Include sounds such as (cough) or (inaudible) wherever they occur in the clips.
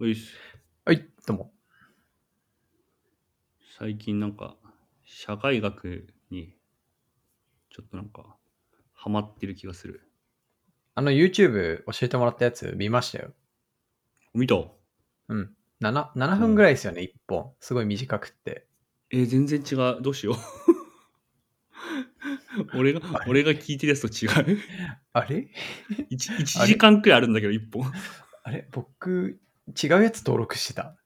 おいっすはい、どうも。最近なんか社会学にちょっとなんかハマってる気がするあの YouTube 教えてもらったやつ見ましたよ。見たうん。7, 7分ぐらいですよね、1本。すごい短くって。えー全然違うどうしよう (laughs) 俺があれ俺が聞いてるやつと違う (laughs) あれ 1, あれ時間くらいあるんだけど1本あれ僕、違うやつ登録してた。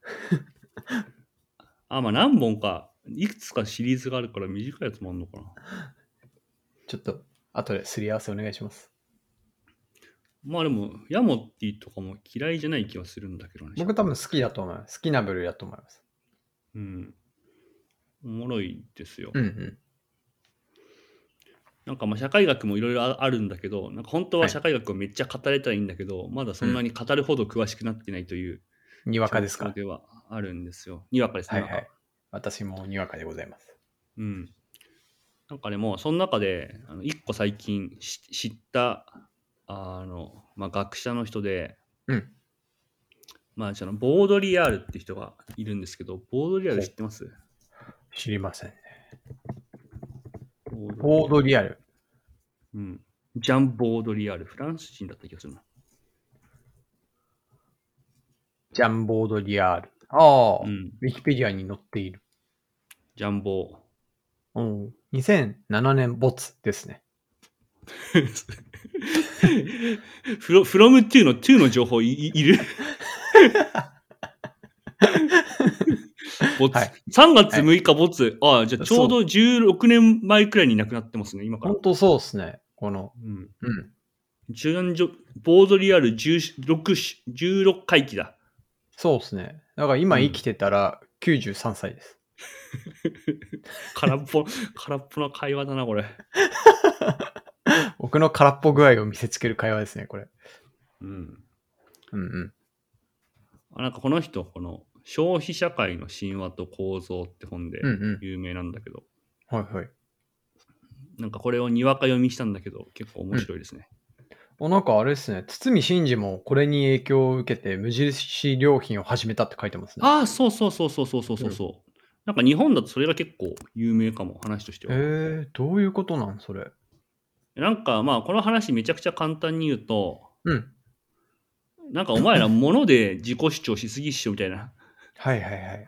あまあ何本かいくつかシリーズがあるから短いやつもあんのかなちょっと、後ですり合わせお願いします。まあでもヤモッティとかも嫌いじゃない気がするんだけどね僕多分好きだと思います。好きな部類だと思います。うんおもろいですよ、うんうん。なんかまあ社会学もいろいろああるんだけど、なんか本当は社会学をめっちゃ語れたらいいんだけど、まだそんなに語るほど詳しくなってないというにわかです状か況ではあるんですよ。にわかですね。はいなんかはい。私もにわかでございます。うん。なんかでも、その中で、あの一個最近し知った、あの、まあ、学者の人で、うんまあ、そのボードリアールって人がいるんですけど、ボードリアール知ってます知りません。ボードボードリアル。うん。ジャン・ボードリアール。フランス人だった気がするな。ジャンボードリアル。ああ、うん。ウィキペディアに載っている。ジャンボー。うん。2007年没ですね。フロフロム2の2の情報いいいるボツ、はい3月6日ボツ、ああじゃあちょうど16年前くらいに亡くなってますね今から本、当そうですね。この、うん、うん。 14じょボードリアル16し16回忌だそうですね。だから今うん生きてたら93歳です。空っぽ (laughs) 空っぽな会話だなこれ、僕の空っぽ具合を見せつける会話ですね、これ。うん、うんうん。あなんかこの人この「消費社会の神話と構造」って本でうんうん。有名なんだけど、はいはい。なんかこれをにわか読みしたんだけど結構面白いですね、おなんかあれですね、堤真二もこれに影響を受けて無印良品を始めたって書いてますね。ああ、そうそうそうそうそうそうそうそう、なんか日本だとそれが結構有名かも、話としては。えー、どういうことなんそれ。なんかまあ、この話めちゃくちゃ簡単に言うと、うん。なんかお前ら物で自己主張しすぎっしょみたいな。はいはいはい。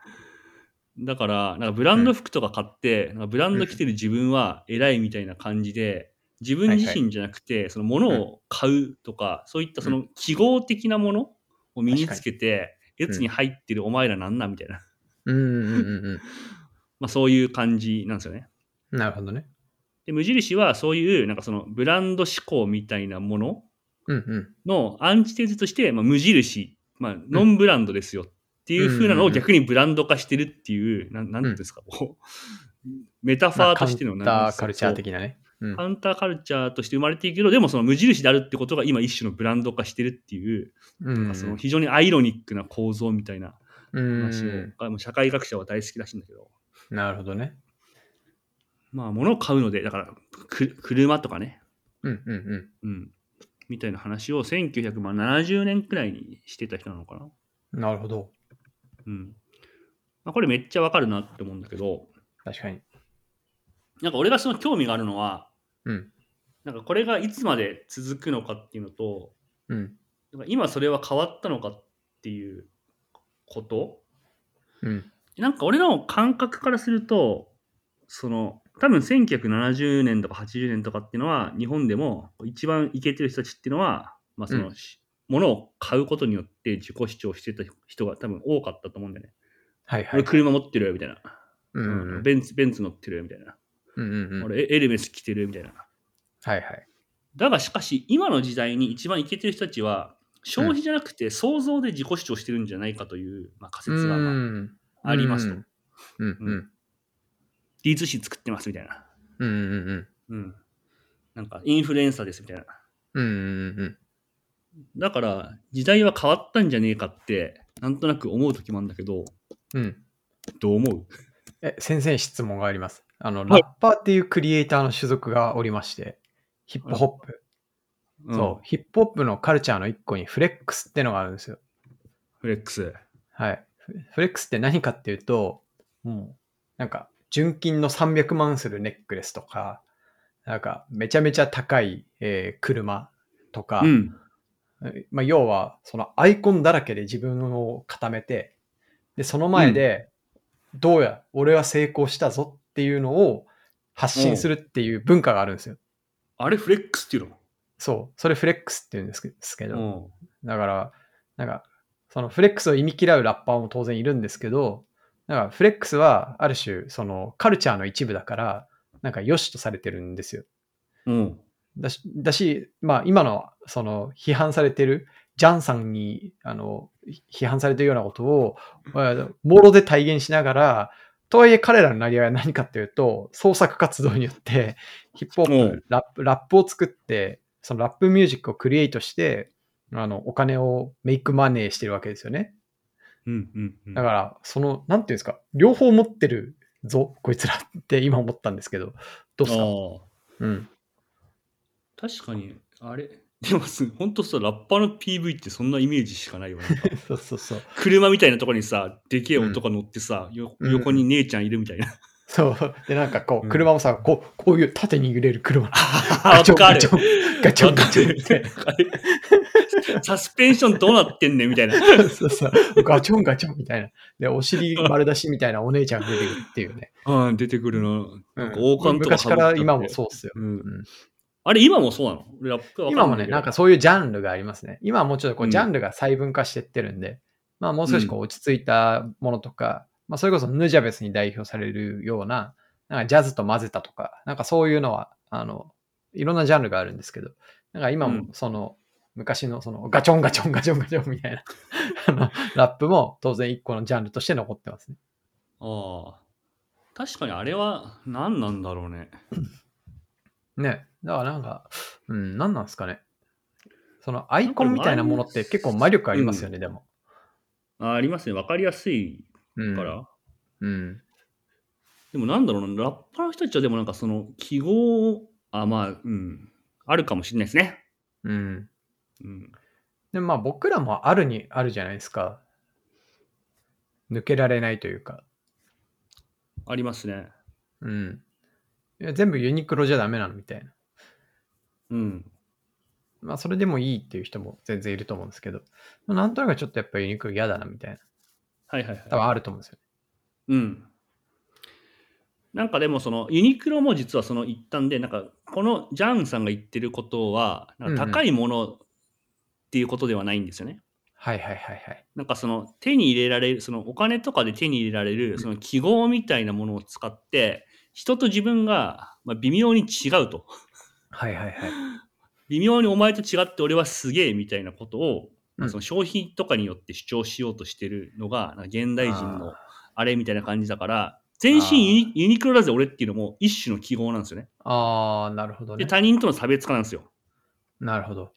だから、なんかブランド服とか買って、なんかブランド着てる自分は偉いみたいな感じで、自分自身じゃなくて、その物を買うとか、そういったその記号的なものを身につけて、に列に入ってるお前らなんなんみたいな。うんうんうんうまあそういう感じなんですよね。ん。なるほどね。で無印はそういうなんかそのブランド志向みたいなものうんうん。のアンチテーゼとして、まあ、無印、まあ、ノンブランドですよっていう風なのを逆にブランド化してるっていう、なんなんていうんですか、こう (laughs) メタファーとしてのまあなんカウでンすかターカルチャーそう的なね。うん。カウンターカルチャーとして生まれているけどでもその無印であるってことが今一種のブランド化してるっていう、うまんあその非常にアイロニックな構造みたいなう話を、ん。あもう社会学者は大好きらしいんだけどなるほどね。まあ物を買うのでだからく車とかねうんうんうん。うん、みたいな話を1970年くらいにしてた人なのかな。なるほど。うんまあ、これめっちゃわかるなって思うんだけど、確かに。なんか俺がその興味があるのは、うんなんかこれがいつまで続くのかっていうのと、うん。なんか今それは変わったのかっていうことうん。なんか俺らの感覚からすると、その多分1970年とか80年とかっていうのは日本でも一番イケてる人たちっていうのは、まあそのうし物を買うことによって自己主張してた人が多分多かったと思うんだよね。はいはい俺。車持ってるよみたいな、うんうんうんベンツ。ベンツ乗ってるよみたいな。うんうんうん。俺エエルメス着てるよみたいな。はいはい。だがしかし今の時代に一番イケてる人たちは消費じゃなくて想像で自己主張してるんじゃないかという、まあ、仮説がまあうんありますと。うんうん。 D2 誌作ってますみたいな。うんうんうん。うん。なんか、インフルエンサーですみたいな。うんうんうん。だから、時代は変わったんじゃねえかって、なんとなく思う時もあるんだけど、うん。どう思うえ、先生に質問があります。あの、はラいッパーっていうクリエイターの種族がおりまして、ヒップホップ。そう、ヒップホップのカルチャーの一個にフレックスってのがあるんですよ。フレックス。はい。フフレックスって何かっていうと、もう、なんか、純金の300万するネックレスとか、なんか、めちゃめちゃ高い、えー車とか、うん。まあ、要は、そのアイコンだらけで自分を固めて、で、その前で、どうや、俺は成功したぞっていうのを発信するっていう文化があるんですよ。あれフレックスっていうそう。それフレックスって言うんですけですけど、のだから、なんか、そのフレックスを忌み嫌うラッパーも当然いるんですけど、なんかフレックスはある種、そのカルチャーの一部だから、なんか良しとされてるんですよ。うん。うん。だし、だしまあ今のその批判されてるジャンさんにあのひ批判されてるようなことを、あのもろで体現しながら、とはいえ彼らのなりわいは何かっていうと、創作活動によってヒップホップうん。ラップ、ラップを作って、そのラップミュージックをクリエイトして、あの、お金をメイクマネーしてるわけですよね。うん。うん。うんだから、その、なんていうんですか、両方持ってるぞ、こいつらって今思ったんですけど、どうですあかーうん。 (laughs) 確かに、あれ。でも、す本当そう、ラッパーの PV ってそんなイメージしかないよ (laughs) ね。そうそうそう。車みたいなところにさ、でけえ男乗ってさ、ようん横に姉ちゃんいるみたいな。そう。で、なんかこうう、ん車もさ、こう、こういう縦に揺れる車。あーわかガチる。ョンガチョンガチョンガチョンわみかる (laughs) サスペンションどうなってんねんみたいな。たいな。そうそう。ガチョンガチョンみたいな。で、お尻丸出しみたいなお姉ちゃんが出てくるっていうね。うん、出てくるな。なんか王うん冠とか昔から今もう。そうっすよ。うんん、あれ、今もそうなのラップはわ今かもんなね、いけどなんかそういうジャンルがありますね。今はもうちょっとこううんジャンルが細分化してってるんで、まあもう少しこう落ち着いたものとか、まあそれこそヌジャベスに代表されるような、なんかジャズと混ぜたとか、なんかそういうのは、あの、いろんなジャンルがあるんですけど、なんか今うんもその、昔のそのガチョンガチョンガチョンガチョンみたいな (laughs) あのラップも当然一個のジャンルとして残ってますね。ああ。確かにあれは何なんだろうね。ね。だからなんか、うん、何なんですかね。そのアイコンみたいなものって結構魔力ありますよね、でも。あありますね。わかりやすいうん。から。うん。でもなんだろうな。ラッパーの人たちはでもなんかその記号を、あ、まあ、うん。あるかもしれないですね。うん。うん。でもまあ僕らもあるにあるじゃないですか。抜けられないというか。ありますね。うん。いや全部ユニクロじゃダメなのみたいな。うん。まあそれでもいいっていう人も全然いると思うんですけど、なんとなくちょっとやっぱユニクロ嫌だなみたいな。はいはいはい。多分あると思うんですようね。ん。なんかでもそのユニクロも実はその一端でなんかこのジャンさんが言ってることはなんかうんうん高いものっていうことではないんですよね。はいはいはいはい。なんかその手に入れられるそのお金とかで手に入れられんるその記号みたいなものを使って人と自分がまあ微妙に違うとはいはいはい。微妙にお前と違って俺はすげえみたいなことをまあうんその商品とかによって主張しようとしてるのがなんか現代人のああれみたいな感じだから、全身ユニユニクロだぜ俺っていうのも一種の記号なんですよね。あー、なるほどで、ね。他人との差別化なんですよ。なるほど。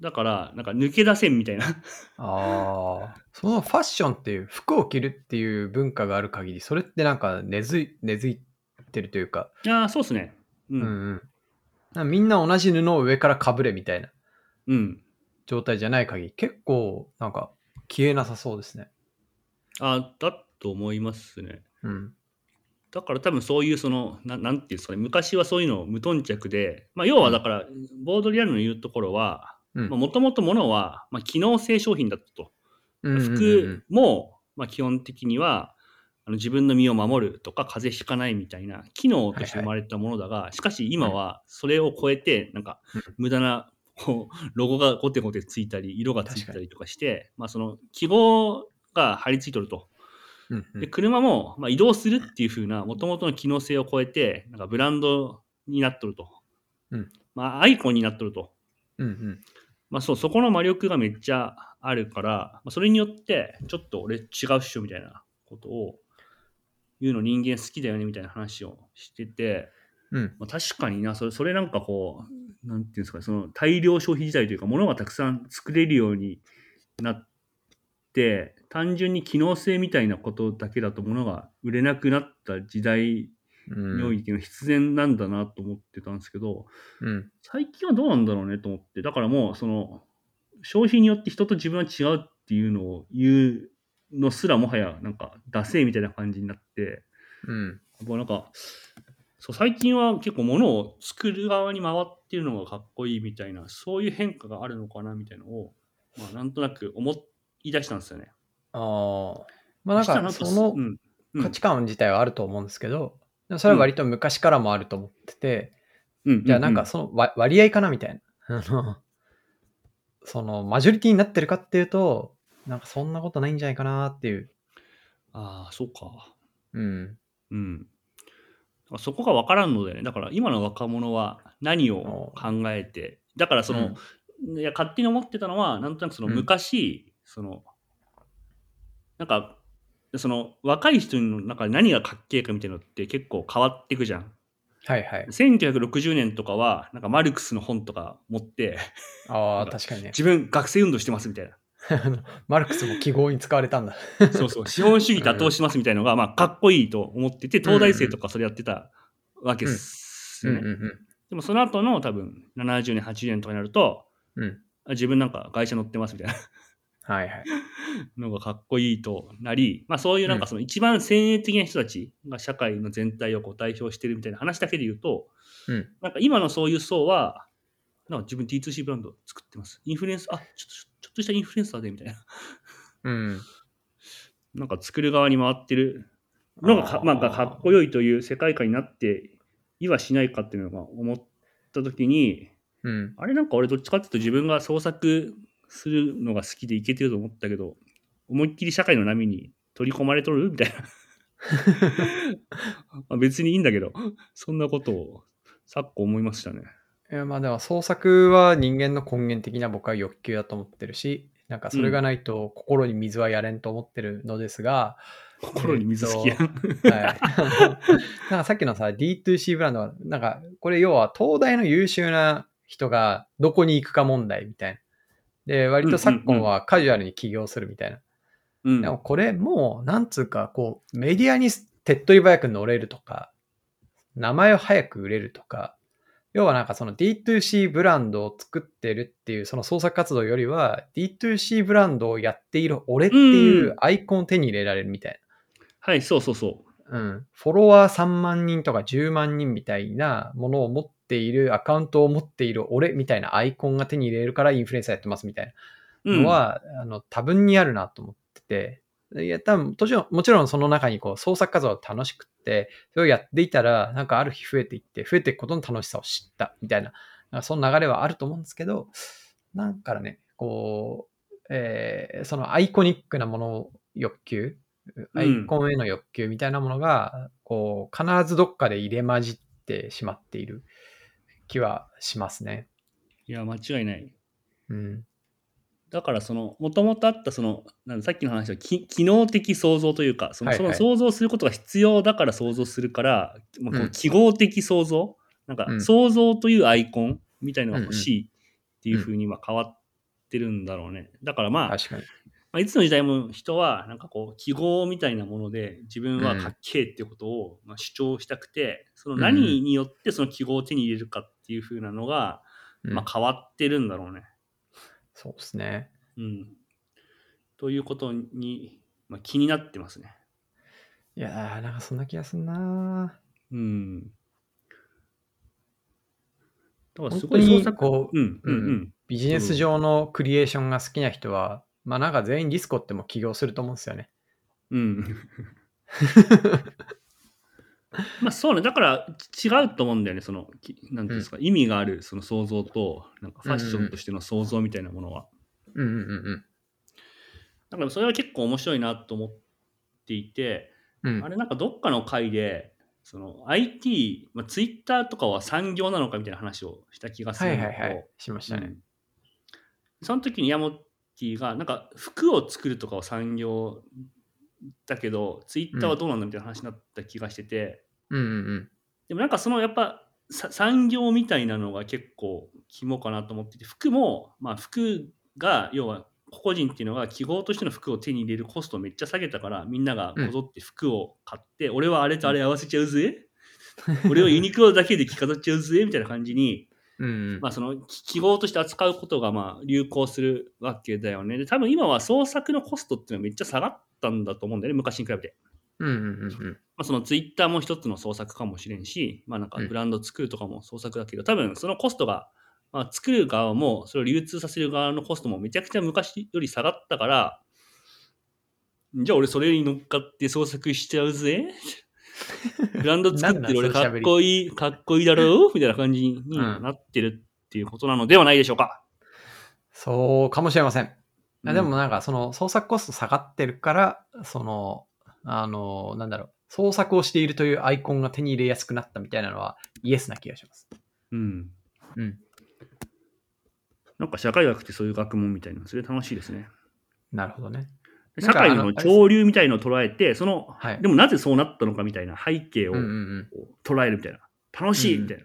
だから、なんか抜け出せんみたいな。 (laughs) ああ、そのファッションっていう服を着るっていう文化がある限り、それってなんか根付い根付いてるというか、ああ、そうっすね。ううんん。うん、みんな同じ布を上からかぶれみたいなうん。状態じゃない限り結構なんか消えなさそうですね。ああ、だと思いますね。うん。だから多分そういうそのな、なんていうんですかね、昔はそういうのを無頓着で、まあ、要はだから、ボードリアルの言うところは、うんもともとものは、まあ、機能性商品だったと。うんうんうん服も、まあ、基本的にはあの自分の身を守るとか風邪ひかないみたいな機能として生まれたものだが、しかし今はそれを超えてなんかうん無駄なこうロゴがゴテゴテついたり色がついたりとかして、まあ、その記号が張り付いとると。うんうんで車も、まあ、移動するっていう風なもともとの機能性を超えてなんかブランドになっとると、うんまあ、アイコンになっとるとうんうんまあそう、そこの魔力がめっちゃあるから、まあそれによって、ちょっと俺違うっしょみたいなことを言うの人間好きだよねみたいな話をしてて、うんまあ、確かにな、それ、それなんかこう、なんていうんですかね、その大量消費時代というか、物がたくさん作れるようになって、単純に機能性みたいなことだけだと物が売れなくなった時代うんにおいての必然なんだなと思ってたんですけど、うん最近はどうなんだろうねと思ってだからもうその消費によって人と自分は違うっっていうのを言うのすらもはやなんかダセーみたいな感じになって、うん。もうなんかそう最近は結構物を作る側に回ってるのがかっこいいみたいなそういう変化があるのかなみたいなのを、まあ、なんとなく思い出したんですよね。ああ。まあなんか、したそらのうんうん価値観自体はあると思うんですけど、でもそれは割と昔からもあると思ってて、うんうんじゃあなんかその割割合かなみたいな。 (laughs) あのその、マジョリティになってるかっていうと、なんかそんなことないんじゃないかなっていう。ああそうか。うん。うん。そこが分からんのでね、だから今の若者は何を考えて、だからその、いや勝手に思ってたのは、なんとなくそのうん昔、その、なんか、その若い人の中で何がかっけえかみたいなのって結構変わっていくじゃん。はいはい。 1960年とかは、なんかマルクスの本とか持 (laughs) って、あなあ、んか確かにね。 (laughs) 自分学生運動してますみたいな。マルクスも記号に使われたんだ。そうそう、 (laughs) 資本主義打倒しますみたいなのが、まあ、かっこいいと思ってて、東大生とかそれやってたわけですよね。でもその後の多分70年、80年とかになると、うん。うん。あ自分なんか会社乗ってますみたいはいはい。なのがかっこいいとなり、まあそういうなんうんかその一番先鋭的な人たちが社会の全体をこう代表してるみたいな話だけで言うと、うん。なんか今のそういう層は、なんか自分 D2C ブランド作ってます。インフルエンス、あ、ちょっとちょっとしたインフルエンサーでみたいな。 (laughs) うん。なんか作る側に回ってるのがかあーまあ、かっこよいという世界観になっていはしないかっていうのが思った時に、うん。あれなんか俺どっちかっていうと自分が創作するのが好きでいけてると思ったけど、思いっきり社会の波に取り込まれとるみ (laughs) たいな。まあ別にいいんだけど、そんなことを昨今思いましたね。いやまあでも創作は人間の根源的な僕は欲求だと思ってるし、なんかそれがないと心に水はやれんと思ってるのです (laughs) が、心に水好きやん。はい。 (laughs) なんかさっきのさ、D2C ブランドは、なんかこれ要は東大の優秀な人がどこに行くか問題みたいな。で、割と昨今はカジュアルに起業するみたいな。うんでもこれもう、なんつうか、こう、メディアに手っ取り早く乗れるとか、名前を早く売れるとか、要はなんかその D2C ブランドを作ってるっていうその創作活動よりは D2C ブランドをやっている俺っていうアイコンを手に入れられるみたいはい、そうそうそな。うん。フォロワー3万人とか10万人みたいなものを持っているアカウントを持っている俺みたいなアイコンが手に入れるからインフルエンサーやってますみたいな。う。うんの、は、あの多分にあるなと思ってて、いや、多分、もちろん、もちろんその中にこう、創作活動が楽しくって、それをやっていたら、なんかある日増えていって、増えていくことの楽しさを知った、みたいな、なんかその流れはあると思うんですけど、なんかね、こう、えーそのアイコニックなものを欲求、アイコンへの欲求みたいなものが、こう、必ずどっかで入れ混じってしまっている気はしますね。いや、間違いない。うん。だからその、もともとあったその、なんださっきの話はき、機能的想像というか、その,、はいはいその想像することが必要だから想像するから、まあこううん記号的想像、なんうかん想像というアイコンみたいのが欲しいっていうふうにまあ変わってるんだろうね。だからまあ、確かに。まあいつの時代も人は、なんかこう、記号みたいなもので、自分はかっけえっていうことをまあ主張したくて、その何によってその記号を手に入れるかっていうふうなのが、うんまあ変わってるんだろうね。そうですね。うん。ということに、まあ、気になってますね。いやー、なんかそんな気がすんなうん。だからー。す本ご当いに創作こう、うんうんうん。ビジネス上のクリエーションが好きな人は、まあなんか全員ディスコっても起業すると思うんですよね。 (laughs) うん。まあそうね、だから違うと思うんだよね、その、きなんていうんですか、意味があるその想像と、なんかファッションとしての想像みたいなものは。うんうんうんだからそれは結構面白いなと思っていて、うん。うんあれなんかどっかの回で、その IT、まあ、Twitter とかは産業なのかみたいな話をした気がすはるいんはだいはけどい。、しましたね。うんその時にヤモッティがなんか服を作るとかは産業だけどツイッターはどうなんだみたいな話になった気がしてて、うんうんでもなんかそのやっぱさ産業みたいなのが結構肝かなと思ってて服もまあ服が要は個々人っていうのが記号としての服を手に入れるコストをめっちゃ下げたからみんながこぞって服を買って、俺はあれとあれ合わせちゃうぜ、俺をユニクロだけで着飾っちゃうぜみたいな感じにうん。まあ、そのき記号として扱うことがまあ流行するわけだよね。で、多分今は創作のコストっていうのはめっちゃ下がったんだと思うんだよね、昔に比べて。うんうんうんうん。まあ、そのツイッターも一つの創作かもしれんし、まあ、なんかうんブランド作るとかも創作だけど、多分そのコストが、まあ、作る側もそれを流通させる側のコストもめちゃくちゃ昔より下がったから、じゃあ俺それに乗っかって創作しちゃう (laughs) ぜ。ブランド作ってる俺なんなかんその喋っりこいい、かっこいいだろ (laughs) うみたいな感じになってるっていうことなのではないでしょうか。そうかもしれません。うあんでもなんかその創作コスト下がってるから、その、あの、なんだろう、創作をしているというアイコンが手に入れやすくなったみたいなのはイエスな気がします。うん。うん。なんか社会学ってそういう学問みたいな、それ楽しいですね。なるほどね。社会の潮流みたいのを捉えて、その、はいでもなぜそうなったのかみたいな背景をうんうんうん。捉えるみたいな。楽しいうんみたいな。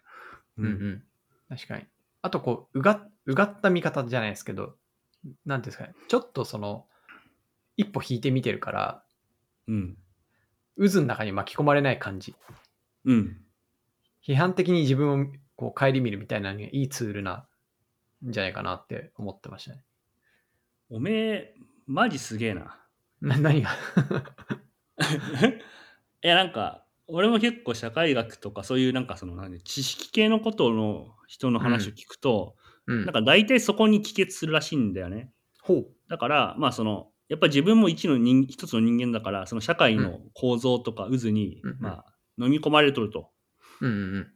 うんうん。確かに。あと、こう、うが、うがった見方じゃないですけど、なんていうんですかね。ちょっとその、一歩引いてみてるから、うん。渦の中に巻き込まれない感じ。うん。批判的に自分をこう、顧みるみたいなのがいいツールなんじゃないかなって思ってましたね。おめえ、マジすげえな。 (laughs) な、 (laughs) 何がいや、なんか、俺も結構社会学とかそういうなんかその何知識系のことの人の話を聞くと、うんなんか大体そこに帰結するらしいんだよね。ほう。だから、まあその、やっぱり自分も一の人一つの人間だから、その社会の構造とか渦に、うんうんまあ、飲み込まれとると。うんうん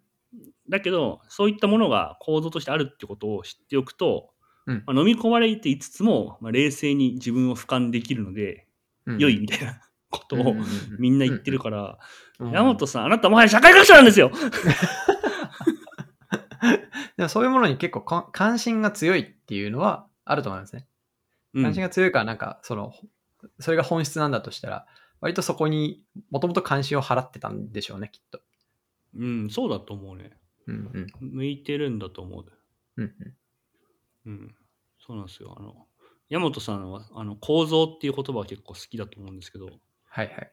だけど、そういったものが構造としてあるってことを知っておくと、うんまあ、飲み込まれていつつも、まあ、冷静に自分を俯瞰できるので、うん。良いみたいな (laughs) ことをみんな言ってるから、うん。山本さん、あなたもはや社会学者なんですよでもそういうものに結構か関心が強いっていうのはあると思いますね。うん関心が強いから、なんか、その、それが本質なんだとしたら、割とそこにもともと関心を払ってたんでしょうね、きっと。うん、そうだと思うね。うんうん。向いてるんだと思う。うんうん、そうなんですよ。あの、山本さんは、あの、構造っていう言葉は結構好きだと思うんですけど、はいはい。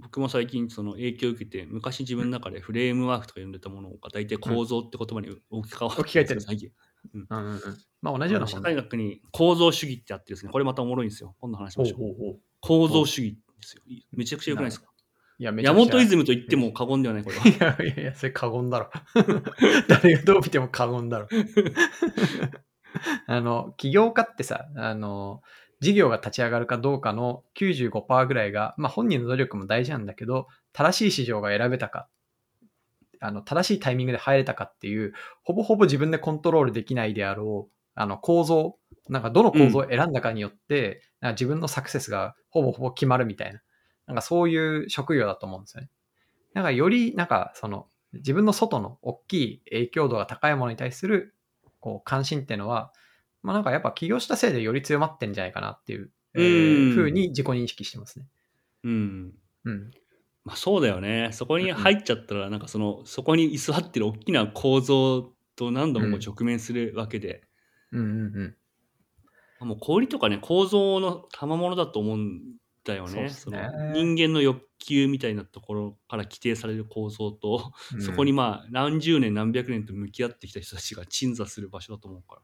僕も最近その影響を受けて、昔自分の中でフレームワークとか読んでたものが大体構造って言葉に置き換わって置き換えてる最近。うんうんうん。まあ同じような社本会学に構造主義ってあってですね、これまたおもろいんですよ。今度話しましょう。うほう。構造主義ですよ。めちゃくちゃ良くないですかいや、めちゃ山くちゃ。本イズムと言っても過言ではない、これは。 (laughs) いやいやいや、それ過言だろ。 (laughs) 誰がどう見ても過言だろ。 (laughs) あの、起業家ってさ、あの、事業が立ち上がるかどうかの95%ぐらいが、まあ本人の努力も大事なんだけど、正しい市場が選べたか、あの、正しいタイミングで入れたかっていう、ほぼほぼ自分でコントロールできないであろう、あの構造、なんかどの構造を選んだかによって、なんか自分のサクセスがほぼほぼ決まるみたいな、なんかそういう職業だと思うんですよね。なんかより、なんかその、自分の外の大きい影響度が高いものに対する、こう、関心っていうのは、まあなんかやっぱ起業したせいでより強まってんじゃないかなっていう、えーうんふうに自己認識してますね。うん。うん。まあそうだよね。そこに入っちゃったら、なんかその、そこに居座ってる大きな構造と何度もこう直面するわけで、うんうんうん。もう氷とかね、構造の賜物だと思うんだよそうね。っそすねの人間の欲求みたいなところから規定される構造と、うんそこにまあ何十年何百年と向き合ってきた人たちが鎮座する場所だと思うか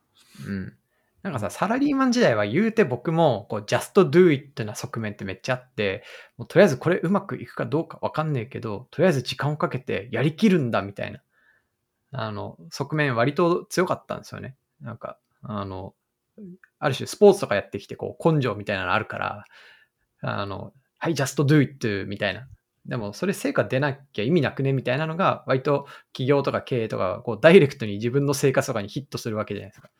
ら。うん。なんかさ、サラリーマン時代は言うて僕も、こう、just do it な側面ってめっちゃあって、もうとりあえずこれうまくいくかどうかわかんねえけど、とりあえず時間をかけてやりきるんだみたいな、あの、側面割と強かったんですよね。なんか、あの、ある種スポーツとかやってきて、こう、根性みたいなのあるから、あの、はい、just do it みたいな。でも、それ成果出なきゃ意味なくねみたいなのが、割と企業とか経営とか、こう、ダイレクトに自分の生活とかにヒットするわけじゃないですか。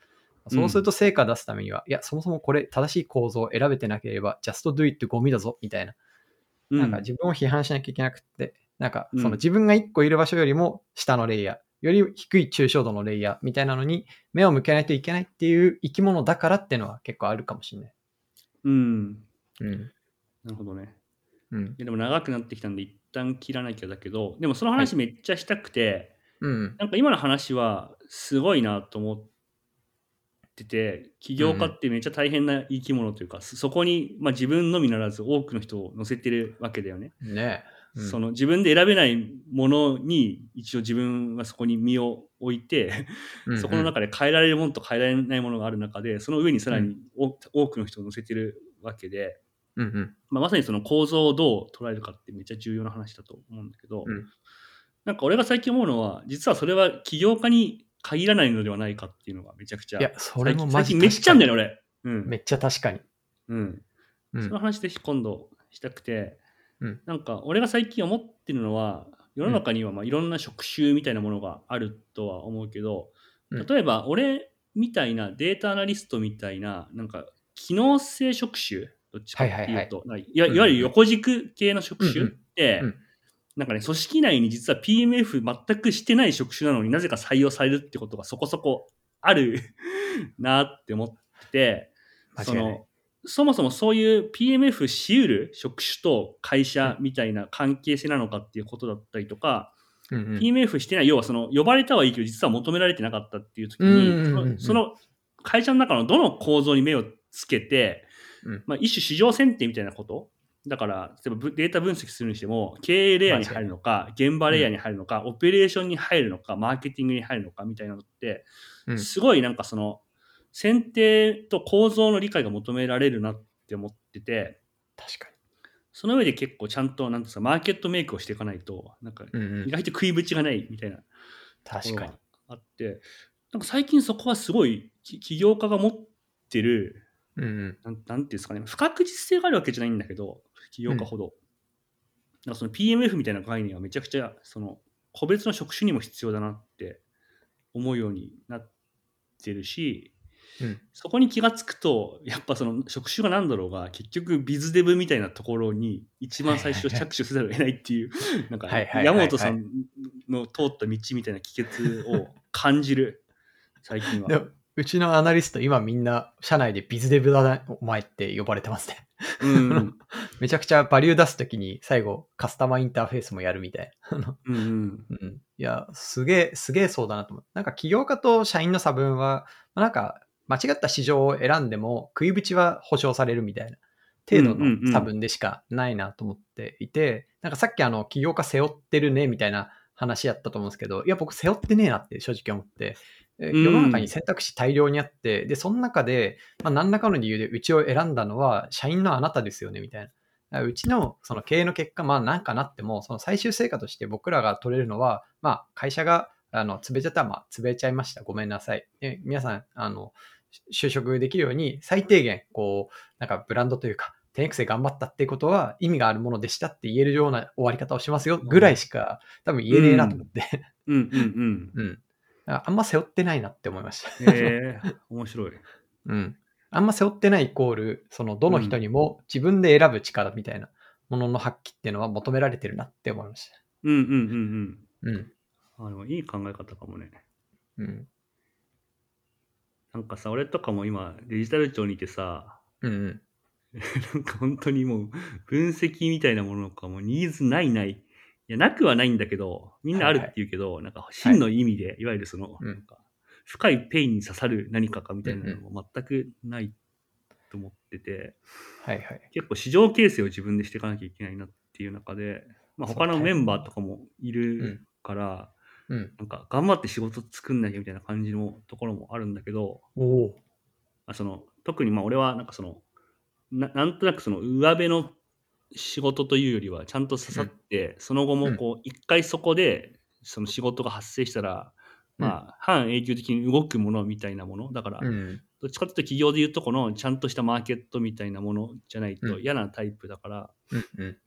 そうすると成果出すためには、いや、そもそもこれ正しい構造を選べてなければ、just do it ゴミだぞ、みたいな。うんなんか自分を批判しなきゃいけなくって、なんかそうんの自分が1個いる場所よりも下のレイヤー、より低い抽象度のレイヤーみたいなのに目を向けないといけないっていう生き物だからっていうのは結構あるかもしれない。うん。うん。なるほどね。うい。んやでも長くなってきたんで、一旦切らなきゃだけど、でもその話めっちゃしたくて、うん。なんか今の話はすごいなと思ってて起業家ってめっちゃ大変な生き物というか、そそこに、まあ、自分のみならず多くの人を乗せてるわけだよね。ねうんその自分で選べないものに一応自分はそこに身を置いて、うんそこの中で変えられるものと変えられないものがある中でその上にさらに多多くの人を乗せてるわけで、うんうんまあ、まさにその構造をどう捉えるかってめっちゃ重要な話だと思うんだけど、うんなんか俺が最近思うのは実はそれは起業家に限らないのではないかっていうのがめちゃくちゃいや、それもマ最ジ近最近めっちゃあんだよね。ね俺。うんめっちゃ確かに。うんうんその話ぜひ今度したくて、うんなんか俺が最近思ってるのは世の中にはまあいろんな職種みたいなものがあるとは思うけど、うん例えば俺みたいなデータアナリストみたいななんか機能性職種どっちかっていうと、なんかいわうんいわゆる横軸系の職種って、うんうんうんなんかね組織内に実は PMF 全くしてない職種なのになぜか採用されるってことがそこそこある (laughs) なって思ってて。間違そいないのそもそもそういう PMF しうる職種と会社みたいな関係性なのかっていうことだったりとか、うんうん PMF してない要はその呼ばれたはいいけど実は求められてなかったっていう時に、うんうんうんうんそのその会社の中のどの構造に目をつけて、うんまあ、一種市場選定みたいなことだから例えばぶデータ分析するにしても経営レイヤーに入るのか現場レイヤーに入るのか、オペレーションに入るのかマーケティングに入るのかみたいなのって、うんすごいなんかその選定と構造の理解が求められるなって思ってて確かその上で結構ちゃんとなんていうんですかマーケットメイクをしていかないとなんかに。うんう意ん、外と食いぶちがないみたいなとこ確ろかにが。あってなんか最近そこはすごいき起業家が持ってるうんうん、なんなんていうんですかね不確実性があるわけじゃないんだけど起業家ほど、なんかその PMF みたいな概念はめちゃくちゃその個別の職種にも必要だなって思うようになってるしうんそこに気がつくと、やっぱその職種が何だろうが、結局ビズデブみたいなところに一番最初はいはいはい着手せざるを得ないっていう、なんかはいはいはいはい山本さんの通った道みたいな帰結を感じる、最近では。もうちのアナリスト、今みんな社内でビズデブだな、お前って呼ばれてますね。うんうんめちゃくちゃバリュー出すときに最後カスタマーインターフェースもやるみたいな。うんうん、いや、すげえ、すげえそうだなと思う。なんか起業家と社員の差分は、まあなんか間違った市場を選んでも食いぶちは保証されるみたいな程度うんうんうのん差分でしかないなと思っていて、なんかさっきあの起業家背負ってるねみたいな話やったと思うんですけど、いや僕背負ってねえなって正直思って、えうん世の中に選択肢大量にあって、で、その中で、まあ、何らかの理由でうちを選んだのは社員のあなたですよねみたいな。あうちのその経営の結果、まあなんかなっても、その最終成果として僕らが取れるのは、まあ会社があの潰れちゃったら、まあ潰れちゃいました。ごめんなさい。で皆さん、あの、就職できるように最低限、こう、なんかブランドというか、テンエクセ頑張ったっていうことは意味があるものでしたって言えるような終わり方をしますよぐらいしか多分言えねえなと思って、うんうんうん。うん。だからあんま背負ってないなって思いました。えー、 (laughs) 面白い。うん。あんま背負ってないイコール、そのどの人にも自分で選ぶ力みたいなものの発揮っていうのは求められてるなって思いました。うんうんうんうん。うん。あでもいい考え方かもね。うん。なんかさ、俺とかも今デジタル庁にいてさ、 (laughs) うんうん。なんか本当にもう分析みたいなものかもうニーズないない。いや、なくはないんだけど、みんなあるって言うけど、なんか真の意味で、い、わゆるその、うんなんか深いペインに刺さる何かかみたいなのも全くないと思ってて、はいはい。結構市場形成を自分でしていかなきゃいけないなっていう中で、まあ、そう他の大メ変ンバーとかもいうるんから、うん。なんか頑張って仕事作んなきゃみたいな感じのところもあるんだけど、おお。まあその特にまあ俺はなんかそのななんとなくその上辺の仕事というよりはちゃんと刺さって、その後もこう一回そこでその仕事が発生したら、うんまあ半永久的に動くものみたいなものだから、うん。どっちかというと企業でいうとこのちゃんとしたマーケットみたいなものじゃないとうん嫌なタイプだから、うんうん。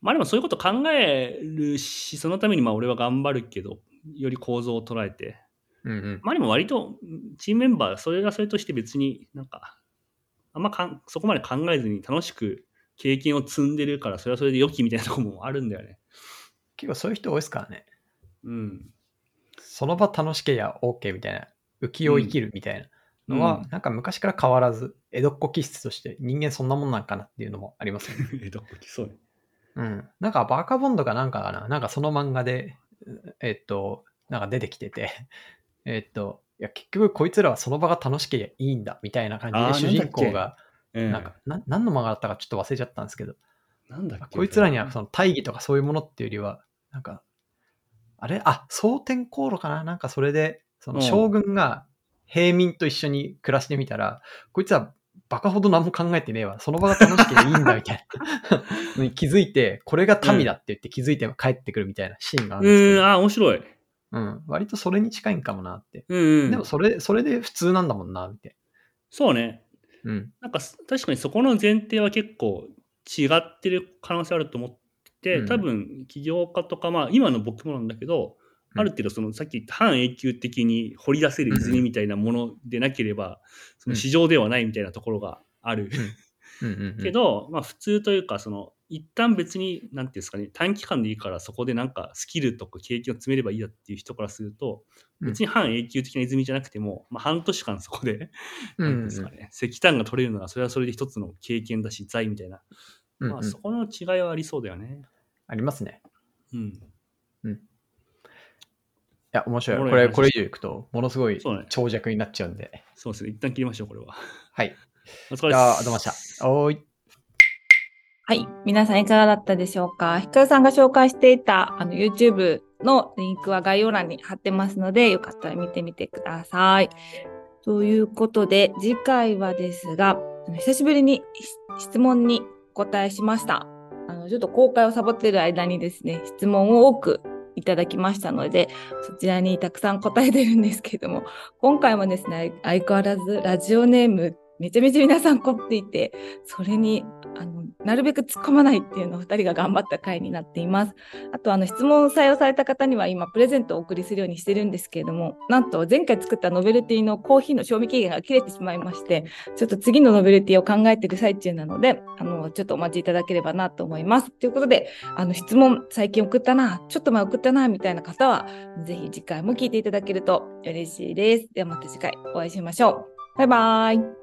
まあでもそういうこと考えるしそのためにまあ俺は頑張るけどより構造を捉えてうんうん。まあでも割とチームメンバー、それがそれとして別になんか、あんまかんそこまで考えずに楽しく経験を積んでるから、それはそれで良きみたいなとこもあるんだよね。結構そういう人多いですからね。うん。その場楽しけりゃ OK みたいな、浮世を生きるみたいなのは、うんなんか昔から変わらず、江戸っ子気質として人間そんなもんなんかなっていうのもありますよね。 (laughs) え、どこ来そうね。うん。なんかバカボンドかなんかかな。なんかその漫画で、えっと、なんか出てきて (laughs) て、えっと、いや結局こいつらはその場が楽しければいいんだみたいな感あーじで主人公がええなんか、な何の漫画だったかちょっと忘れちゃったんですけどなんだっけこいつらにはその大義とかそういうものっていうよりは、なんか、あれあ、蒼天航路かななんかそれで、その将軍が平民と一緒に暮らしてみたら、こいつはバカほど何も考えてねえわ。その場が楽しければいいんだ、みたいな。 (laughs) のに気づいて、これが民だって言って気づいて帰ってくるみたいなシーンがあうるんですけーん、ど、あー、面白い。うん、割とそれに近いんかもなって。うん、うん。でもそれ、それで普通なんだもんな、みたいそうね。な。うん。なんかす確かにそこの前提は結構違ってる可能性あると思ってうて、ん多分起業家とか、まあ今の僕もなんだけど、うんある程度そのさっき言った半永久的に掘り出せる泉みたいなものでなければ、その市場ではないみたいなところがある。うんうん、うん。けど、まあ普通というか、その一旦別に、なんていうんですかね、短期間でいいからそこでなんかスキルとか経験を詰めればいいやっていう人からすると、うん別に半永久的な泉じゃなくても、まあ半年間そこでうん、なんていうんうんですかね、石炭が取れるのはそれはそれで一つの経験だし財みたいな、うんまあ、そこの違いはありそうだよね。ありますね。うん、いや、面白い。おもころいれ、話これ以上いくと、ものすごいそうね長尺になっちゃうんで。そうですね一旦切りましょうこれは。はい。お疲じれゃ様あ、どうもした。おーい。はい。皆さんいかがだったでしょうかひかるさんが紹介していたあの YouTube のリンクは概要欄に貼ってますので、よかったら見てみてください。ということで、次回はですが、あの久しぶりにし質問にお答えしました。あの、ちょっと公開をサボってる間にですね、質問を多くいただきましたので、そちらにたくさん答えてるんですけども、今回もですね、相相変わらずラジオネーム、めちゃめちゃ皆さん凝っていて、それにあのなるべく突っ込まないっていうのを2人が頑張った回になっています。あとあの質問を採用された方には今プレゼントをお送りするようにしてるんですけれどもなんと前回作ったノベルティのコーヒーの賞味期限が切れてしまいましてちょっと次のノベルティを考えてる最中なのであのちょっとお待ちいただければなと思います。ということであの質問最近送ったなちょっと前送ったなみたいな方はぜひ次回も聞いていただけると嬉しいです。ではまた次回お会いしましょう。バイバイ。